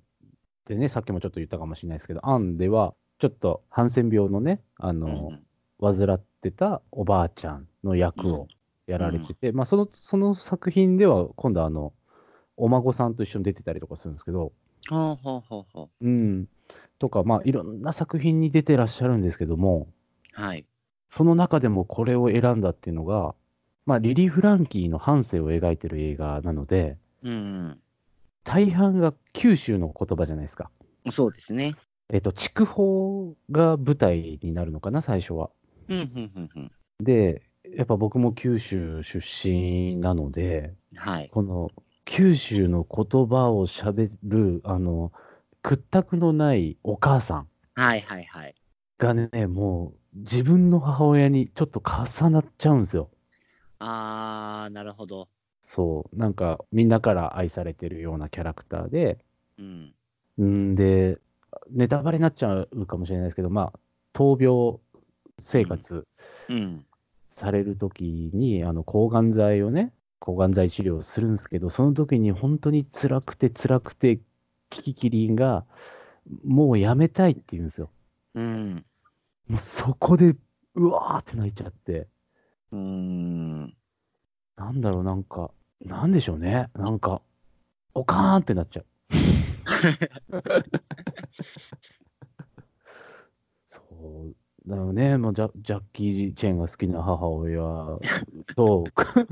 S1: でね、さっきもちょっと言ったかもしれないですけど、案では、ちょっとハンセン病のね、あ
S2: う
S1: の
S2: ん。
S1: ー患ってたおばあちゃんの役をやられてて、まあ、その、その作品では、今度、あの、お孫さんと一緒に出てたりとかするんですけど、
S2: ほうほうほうほ
S1: うん、とか、まあ、いろんな作品に出てらっしゃるんですけども、
S2: う。はい。
S1: その中でもこれを選んだっていうのが、まあ、リリー・フランキーの半生を描いてる映画なので、
S2: うん。
S1: 大半が九州の言葉じゃないですか。
S2: そうですね。
S1: えっと、筑豊が舞台になるのかな、最初は。
S2: うん、うん、うん、うん。
S1: で、やっぱ僕も九州出身なので、
S2: はい。
S1: この九州の言葉をしゃべる、あの、屈託のないお母さん
S2: はいはいはい。
S1: がね、もう自分の母親にちょっと重なっちゃうんですよ。
S2: あー、なるほど。
S1: そう、なんかみんなから愛されてるようなキャラクターで、
S2: うん。
S1: うんで、ネタバレになっちゃうかもしれないですけど、まあ、闘病生活
S2: うん。
S1: されるときに、あの抗がん剤をね、抗がん剤治療をするんですけど、その時に本当に辛くて辛くて、キキキリンが、もうやめたいって言うんですよ。
S2: うん。
S1: もうそこで、うわーって泣いちゃって、
S2: うーん。
S1: なんだろう、なんか、なんでしょうね、なんか、おかーんってなっちゃう。そう。だよね、もうジャジャッキー・チェンが好きな母親と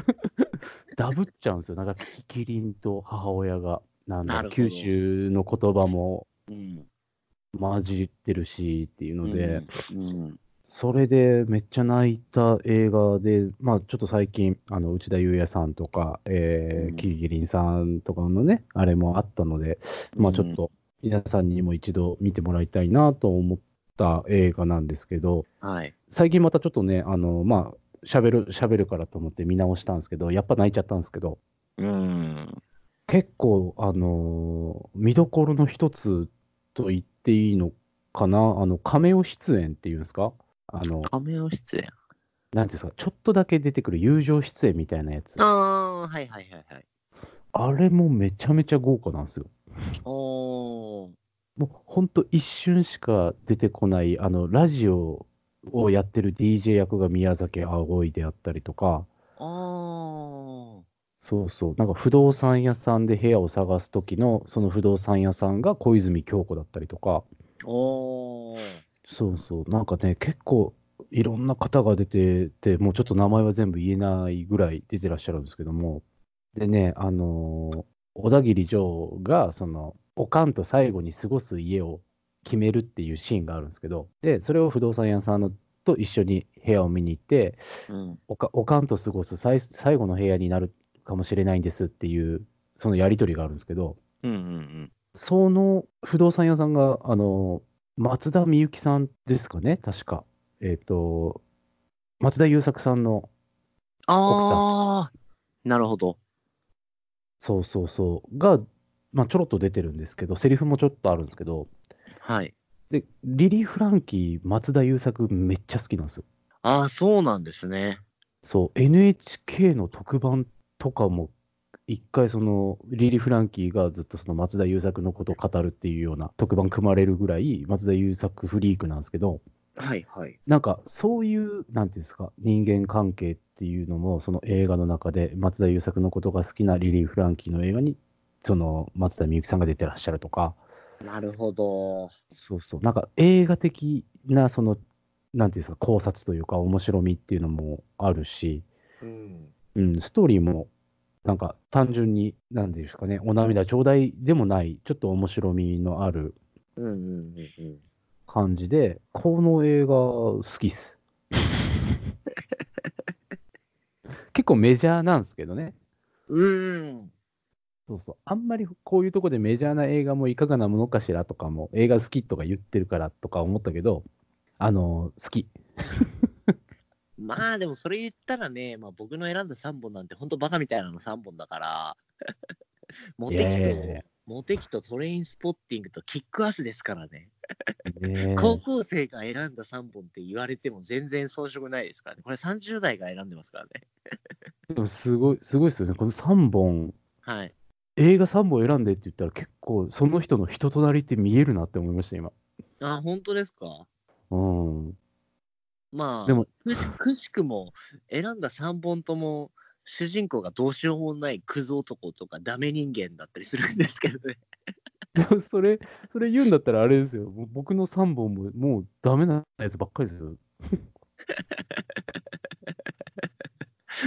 S1: ダブっちゃうんですよ。なんか、キキリンと母親が、なん
S2: な
S1: だ
S2: るほ
S1: 九
S2: ど
S1: 州の言葉も
S2: うん。
S1: 混じってるしっていうので、
S2: うん。
S1: それでめっちゃ泣いた映画で、まあ、ちょっと最近、あの内田裕也さんとか、えー、
S2: うん
S1: キリギリンさんとかのね、あれもあったので、まあ、ちょっと皆さんにも一度見てもらいたいなと思った映画なんですけど、
S2: はい。
S1: 最近またちょっとね、あのまあ、しゃべる、しるからと思って見直したんですけど、やっぱ泣いちゃったんですけど、
S2: うん。
S1: 結構、あのー見どころの一つと言っていいのかな、あの、亀尾出演っていうんですか、あの、
S2: カメオ出演。
S1: なんていうんですか、ちょっとだけ出てくる友情出演みたいなやつ、
S2: ああ、はいはいはいはい。
S1: あれもめちゃめちゃ豪華なんですよ。
S2: おー。
S1: もうほんと一瞬しか出てこない、あの、ラジオをやってる DJ 役が宮崎葵であったりとか、
S2: あ
S1: そうそう、なんか不動産屋さんで部屋を探す時の、その不動産屋さんが小泉京子だったりとか、
S2: あ。おー。
S1: そうそう、なんかね、結構いろんな方が出てて、もうちょっと名前は全部言えないぐらい出てらっしゃるんですけども、でね、あのー小田切城が、その、おかんと最後に過ごす家を決めるっていうシーンがあるんですけど、で、それを不動産屋さんのと一緒に部屋を見に行って、
S2: うん。
S1: おかおかんと過ごす最最後の部屋になるかもしれないんですっていう、そのやりとりがあるんですけど、
S2: うんうん
S1: その不動産屋さんが、あの、松田美幸さんですかね、確か。えっ、と、松田優作さんの、
S2: ああ。なるほど。
S1: そうそうそう、が、まあ、ちょろっと出てるんですけど、セリフもちょっとあるんですけど、
S2: はい。
S1: で、リリー・フランキー、松田優作、めっちゃ好きなんですよ。
S2: ああ、そうなんですね。
S1: そう、NHK の特番とかも、一回、その、リリー・フランキーがずっとその松田優作のことを語るっていうような特番組まれるぐらい、松田優作フリークなんですけど、
S2: はいはい。
S1: なんかそういう、なんていうんですか、人間関係っていうのも、その映画の中で、松田優作のことが好きなリリー・フランキーの映画に、その松田美幸さんが出てらっしゃるとか、
S2: なるほど。
S1: そうそう、なんか映画的な、その、なんていうんですか、考察というか、面白みっていうのもあるし、
S2: うん。
S1: うん、ストーリーも、なんか単純に、なんていうんですかね、お涙ちょうだいでもない、ちょっと面白みのある
S2: うんうんうんうん。
S1: 感じで、この映画好きっす。結構メジャーなんですけどね。
S2: うん。
S1: そうそう。あんまりこういうとこでメジャーな映画もいかがなものかしらとかも、映画好きとか言ってるからとか思ったけど、あの好き。
S2: まあでもそれ言ったらね、まあ、僕の選んだ3本なんて本当バカみたいなの3本だから、 モテキと、
S1: いやいやいや
S2: モテキとトレインスポッティングとキックアスですからね。
S1: ねえ
S2: 高校生が選んだ3本って言われても全然遜色ないですからね。これ30代が選んでますからね。
S1: でもすごい、すごいですよね。この3本、
S2: はい。
S1: 映画3本選んでって言ったら結構その人の人となりって見えるなって思いました、今。
S2: あ、本当ですか
S1: うん。
S2: まあ、
S1: でも
S2: くし くしくも選んだ3本とも主人公がどうしようもないクズ男とかダメ人間だったりするんですけどね。
S1: でも それ、それ言うんだったらあれですよ。もう僕の3本ももうダメなやつばっかり ですよ。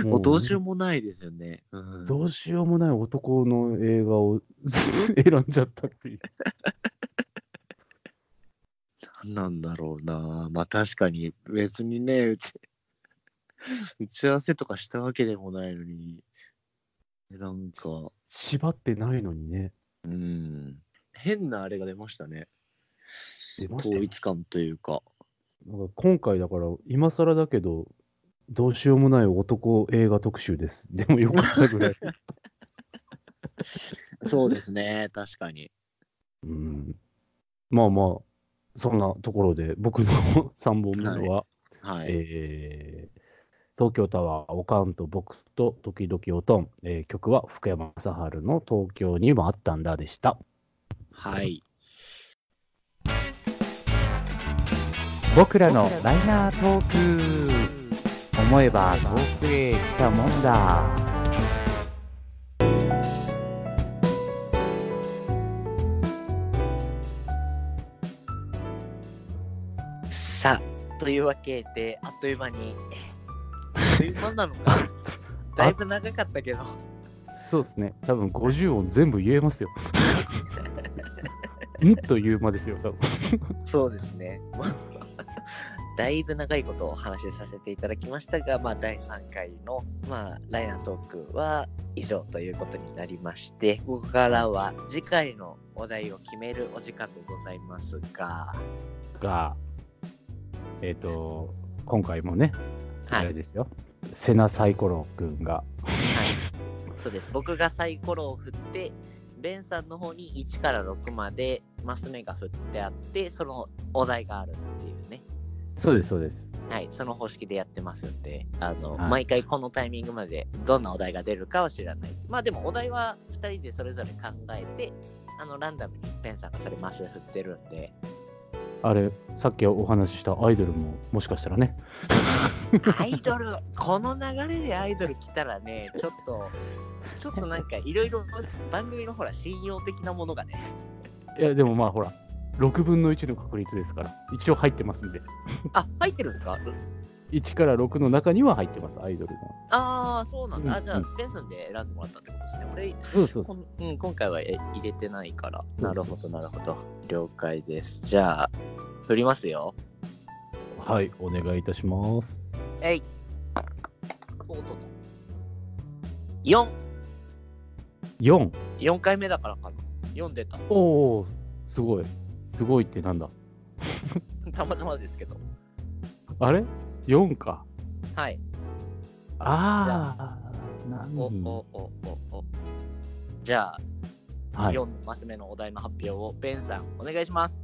S2: もうどうしよ
S1: う
S2: うもないですよね。うん、
S1: どうしようもない男の映画を 選んじゃったっていう。
S2: なんだろうなまあ確かに別にねうち 打ち合わせとかしたわけでもないのになんか
S1: 縛ってないのにね。
S2: うん変なあれが出ましたね
S1: 出ました
S2: 統
S1: ね
S2: 一感とい うか
S1: なんか今回だから、今更だけど、どうしようもない男映画特集です。でもよかったぐ らい。
S2: そうですね確かに
S1: うん、まあまあ、そんなところで、僕の3本目のは、
S2: はい、
S1: えー東京タワー、おかんと僕と時々おとん、えー曲は福山雅治の東京にもあったんだでした。
S2: はい
S1: 僕ら
S2: の
S1: マイナートーク、思えば遠くへ来たもんだ。
S2: さあというわけであっという 間にあっという間なのかだいぶ長かったけど
S1: そうですね、多分50音全部言え ますよ。んという間ですよ、多分。
S2: そうですね。 だいぶ長いことをお話しさせていただきましたが、まあ、第3回の、まあ、ライナートークは以上ということになりまして、ここからは次回のお題を決めるお時間でございますが、
S1: が、えっ、と、今回もね、
S2: は
S1: あ
S2: い、は
S1: れ
S2: い、
S1: ですよ、セナサイコロ君が、
S2: そうです。僕がサイコロを振って、レンさんの方に1から6までマス目が振ってあって、そのお題があるっていうね。
S1: そうです、そうです。
S2: はい、その方式でやってますんで、あの、
S1: はい
S2: 毎回このタイミングまでどんなお題が出るかは知らない。まあでもお題は2人でそれぞれ考えて、あの、ランダムにペンさんがそれマス振ってるん で、
S1: あれ、さっきお話ししたアイドルも、もしかしたらね、
S2: アイドル、この流れでアイドル来たらね、ちょっと、ちょっとなんかいろいろ番組のほら信用的なものがね、
S1: いや、でもまあ、ほら、6分の1の確率ですから、一応入ってますんで、
S2: あ、入ってるんですか
S1: 1から6の中には入ってます、アイドルも。
S2: ああ、そうなんだ。あじゃ
S1: う
S2: あ
S1: ん、
S2: ペンさんで選んでもらったってことですね。俺、
S1: そうそう
S2: こんうん、今回はえ入れてないから。
S1: そう
S2: なるほど、なるほど。了解です。じゃあ、振りますよ。
S1: はい、お願いいたします。
S2: えい。おっとっと。4、
S1: 4、
S2: 4回目だからかな。4出た。
S1: おお、すごい、すごいってなんだ。
S2: たまたまですけど。
S1: あれ ?4 か。
S2: はい。
S1: ああ、な
S2: お、お、
S1: に
S2: お、お、お。じゃあ、
S1: はい
S2: 4マス目のお題の発表を、ペンさん、お願いします。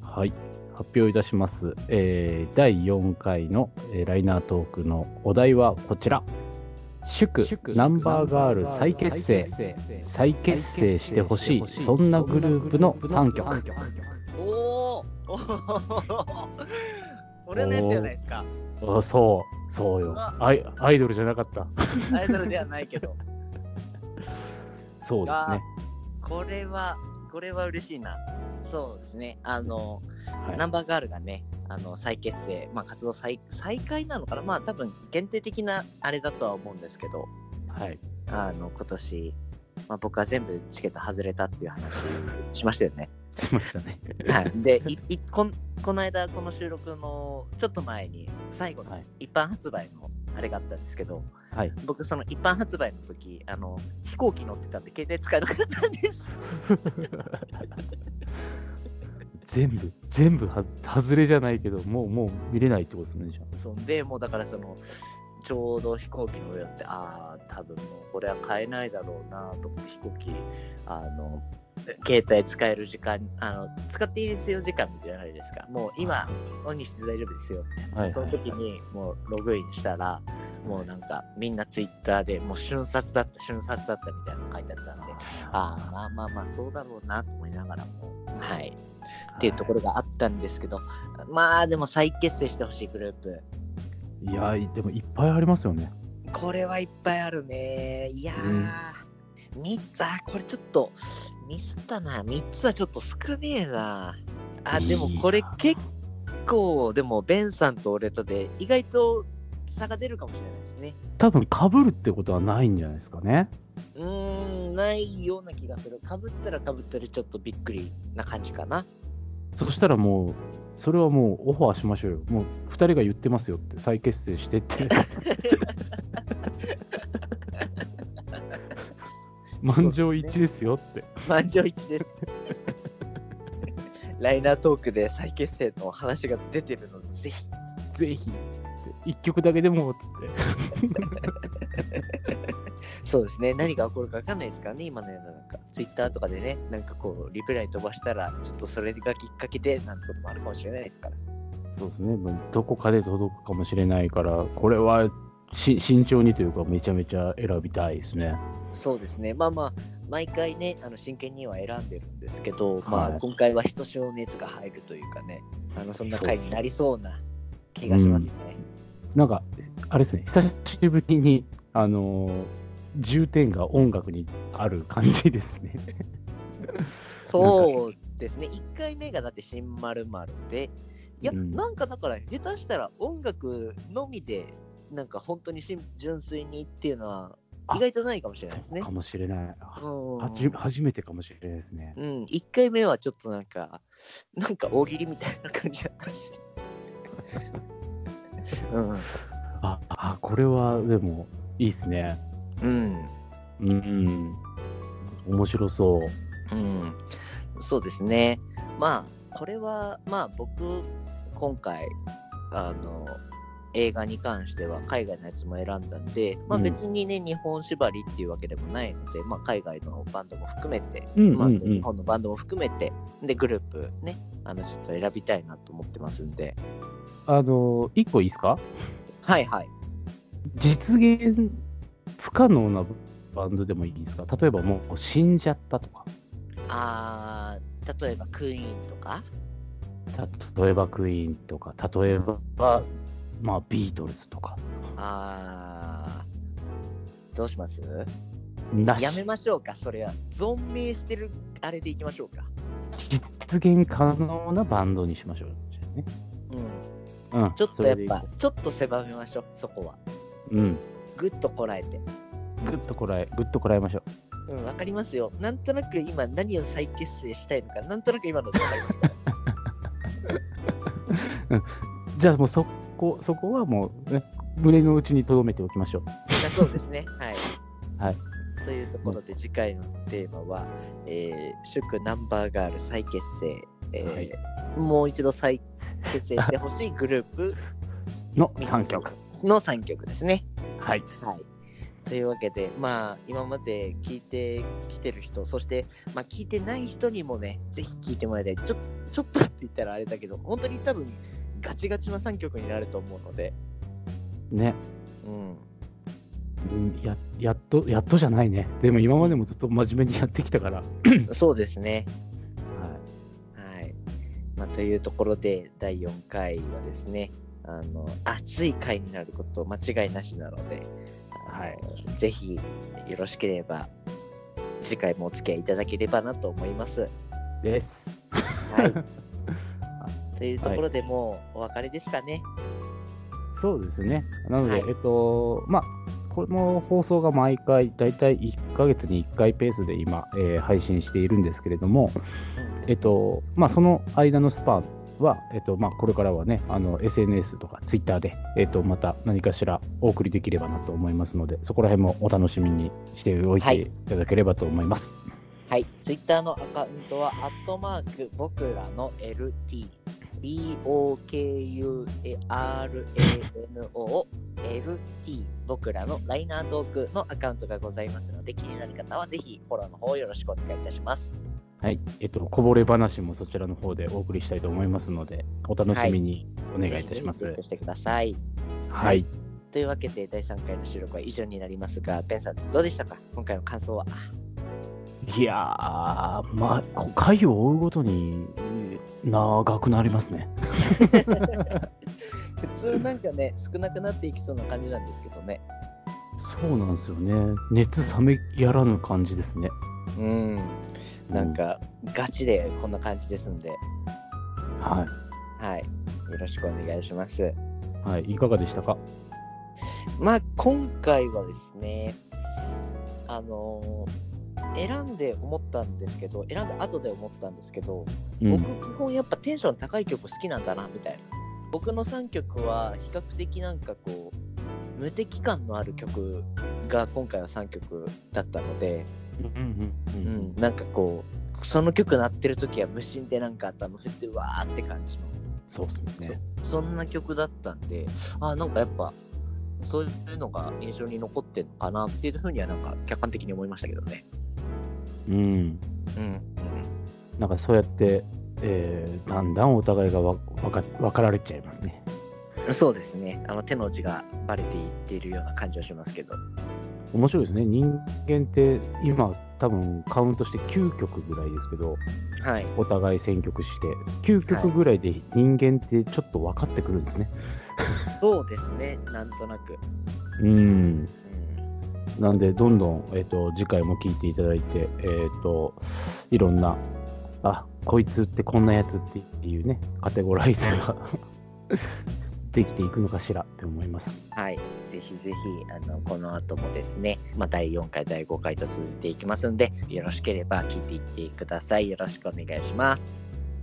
S1: はい、発表いたします。えー第4回の、えーライナートークのお題はこちら。祝ナンバーガール再結成再結成してほしいそんなグループの3曲
S2: おー おー俺のやつじゃないで すか。
S1: あそうそうよアイアイドルじゃなかった
S2: アイドルではないけど、
S1: そうですね
S2: これは、これは嬉しいな。そうですね、あの、
S1: はい
S2: ナンバーガールがね、あの再結成、まあ、活動再再開なのかな、まあ、多分限定的なあれだとは思うんですけど、
S1: はい
S2: あの今年、まあ、僕は全部チケット外れたっていう話しました よね。
S1: しましたね
S2: はい、でいいこん、この間、この収録のちょっと前に、最後の
S1: はい
S2: 一般発売のあれがあったんですけど、
S1: はい
S2: 僕、その一般発売の時あの飛行機乗ってたんで、携帯使えなかったんです。
S1: 全部全部は外れじゃないけどもうもう見れないってことですねじゃ
S2: そんでもうだからそのちょうど飛行機の上だってああ多分もうこれは買えないだろうなと思って飛行機あの携帯使える時間あの使っていいですよ時間じゃないですかもう今オンにして大丈夫ですよ、
S1: あは
S2: その時にもうログインしたらもうなんかみんなツイッターでもう瞬殺だった瞬殺だったみたいなの書いてあったんでああまあまあまあそうだろうなと思いながらもはいっていうところがあったんですけど、まあでも再結成してほしいグループ
S1: いやでもいっぱいありますよね
S2: これはいっぱいあるね。いやー、三つ、あ、これちょっとミスったな。3つはちょっと少ねえな。あ、でもこれ結構、でもベンさんと俺とで意外と差が出るかもしれないですね。
S1: 多分かぶるってことはないんじゃないですかね
S2: うーん、ないような気がする。かぶったらかぶったらちょっとびっくりな感じかな。
S1: そしたらもう、それはもうオファーしましょうよ。もう2人が言ってますよって、再結成して って。満場一致ですよって。
S2: 満場一致です。ライナートークで再結成の話が出てるので、ぜひ。
S1: ぜひ、つって。1曲だけでも、つって。
S2: そうですね、何が起こるか分かんないですからね、今の世の中。ツイッターとかでね、なんかこう、リプライ飛ばしたら、ちょっとそれがきっかけでなんてこともあるかもしれないですから。
S1: そうですね。もうどこかで届くかもしれないから、これはし慎重にというか、めちゃめちゃ選びたいですね。
S2: そうですね、まあまあ、毎回ね、あの真剣には選んでるんですけど、ま
S1: は
S2: あ、
S1: い
S2: 今回はひとしお熱が入るというかね、あのそんな回になりそうな気がしますね。
S1: なんか、あれですね、久しぶりに、あのー重点が音楽にある感じですね。
S2: そうですね、1回目がだって新丸丸で、いや、
S1: うん
S2: なんかだから、下手したら音楽のみで、なんか本当にしん純粋にっていうのは、
S1: あ
S2: 意外とないかもしれないです
S1: そう
S2: ね
S1: か。もしれない。は
S2: うん
S1: じ初めてかもしれないですね。
S2: うん、1回目はちょっとなんか、なんか大喜利みたいな感じだったし、うん
S1: ああこれはでもいいっすね
S2: うん
S1: うん、うん、面白そう
S2: うん、そうですね。まあ、これは、まあ、僕、今回、あの、映画に関しては海外のやつも選んだんで、まあ、
S1: うん
S2: 別にね、日本縛りっていうわけでもないので、まあ、海外のバンドも含めて、
S1: うん
S2: まあ、
S1: うん
S2: 日本のバンドも含めて、で、グループね、あの、ちょっと選びたいなと思ってますんで、
S1: あの一個いいですか
S2: はいはい。
S1: 実現不可能なバンドでもいいですか例えばもう死んじゃったとか
S2: あー例えば、クイーンとか、
S1: 例えばクイーンとか例えば、まあ、ビートルズとか
S2: あーどうします
S1: なし
S2: やめましょうか、それは。存命してるあれでいきましょうか。
S1: 実現可能なバンドにしましょう、ね
S2: うん、
S1: うん、
S2: ちょっとや
S1: それ
S2: っぱ
S1: でいこ、
S2: ちょっと狭めましょう、そこは。
S1: ううん
S2: ぐっとこらえて。
S1: グッとこらえグッとこらえましょう
S2: うん、わかりますよ。なんとなく今、何を再結成したいのか、なんとなく今のでわかりま した。
S1: じゃあもうそこそこはもう、ね、胸の内に留めておきましょう
S2: だそうですね。は
S1: は
S2: い。
S1: い
S2: というところで、次回のテーマは、えー、祝ナンバーガール再結成。えーもう一度再結成してほしいグループ
S1: の三曲。
S2: の3曲ですね。
S1: はい
S2: はい。というわけで、まあ、今まで聞いてきてる人、そして、まあ、聞いてない人にもね、ぜひ聞いてもらいたい。ちょちょっとって言ったらあれだけど、本当に多分、ガチガチな3曲になると思うので、
S1: ね
S2: うん。
S1: うんややっとやっとじゃないねでも今までもずっと真面目にやってきたから、は
S2: そうですね。
S1: い、
S2: はい。まあ、というところで、第4回はですね、あの、熱い回になること間違いなしなので、あの
S1: はい
S2: ぜひ、よろしければ、次回もお付き合いいただければなと思います。
S1: です。
S2: はい。 というところでもうお別れですかね。
S1: そうですね。なので、
S2: はい
S1: えっと、まあ、この放送が毎回、だいたい1ヶ月に1回ペースで今、えー配信しているんですけれども、えっと、まあ、その間のスパンは、えっと、まあ、これからはね、あの、SNS とか Twitter で、えっと、また何かしらお送りできればなと思いますので、そこら辺もお楽しみにしておい
S2: は
S1: て
S2: い
S1: いただければと思います。
S2: はい。ツイッターのアカウントは、アットマーク、僕らの LT、BOKURANO、LT、僕らのライナートークのアカウントがございますので、気になる方はぜひフォローの方よろしくお願いいたします。
S1: はい、えっと、こぼれ話もそちらの方でお送りしたいと思いますので、お楽しみにお願いいたしま
S2: ぜ
S1: す
S2: ひリツイート。してください。
S1: はい
S2: いというわけで、第3回の収録は以上になりますが、ペンさん、どうでしたか今回の感想は。
S1: いやー、まあ、こう回を追うごとにえー長くなりますね。
S2: 普通なんかね、少なくなっていきそうな感じなんですけどね。
S1: そうなんですよね。熱冷めやらぬ感じですね。
S2: うん、なんかガチでこんな感じですんで、
S1: は
S2: はい、よろしくお願いします。
S1: い。はい、いかがでしたか
S2: まあ今回はですね、あのー選んで思ったんですけど、選んで後で思ったんですけど、
S1: うん
S2: 僕基本やっぱテンション高い曲好きなんだなみたいな。僕の3曲は比較的なんかこう無敵感のある曲が今回は3曲だったので、
S1: うんうんうん
S2: うん、なんかこうその曲鳴ってる時は無心でなんか頭振ってうわーって感じ
S1: そうですね。
S2: のそんな曲だったんであーなんかやっぱそういうのが印象に残ってんのかなっていうふうにはなんか客観的に思いましたけどね。
S1: うん。
S2: うん
S1: なんかそうやって、えーだんだんお互いがわわか分かられちゃいますね。
S2: そうですねあの手の内がバレていっているような感じはしますけど
S1: 面白いですね。人間って今、多分カウントして9曲ぐらいですけど、
S2: はい
S1: お互い選曲して、9曲ぐらいで人間ってちょっと分かってくるんですね。
S2: そうですねなんとなく、
S1: うん。
S2: うん、
S1: なんで、どんどん、えっと次回も聞いていただいて、えっといろんな、あこいつってこんなやつっていうね、カテゴライズが できていくのかしらって思います。
S2: はいぜひぜひあのこの後もですね、まあ、第4回第5回と続いていきますのでよろしければ聞いていってくださいよろしくお願いします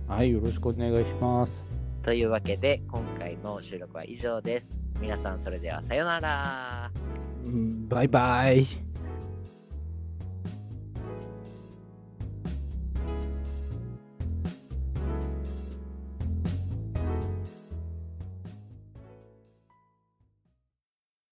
S1: はい、よろしくお願いします。
S2: というわけで今回の収録は以上です。皆さんそれではさようなら。
S1: バイバイ。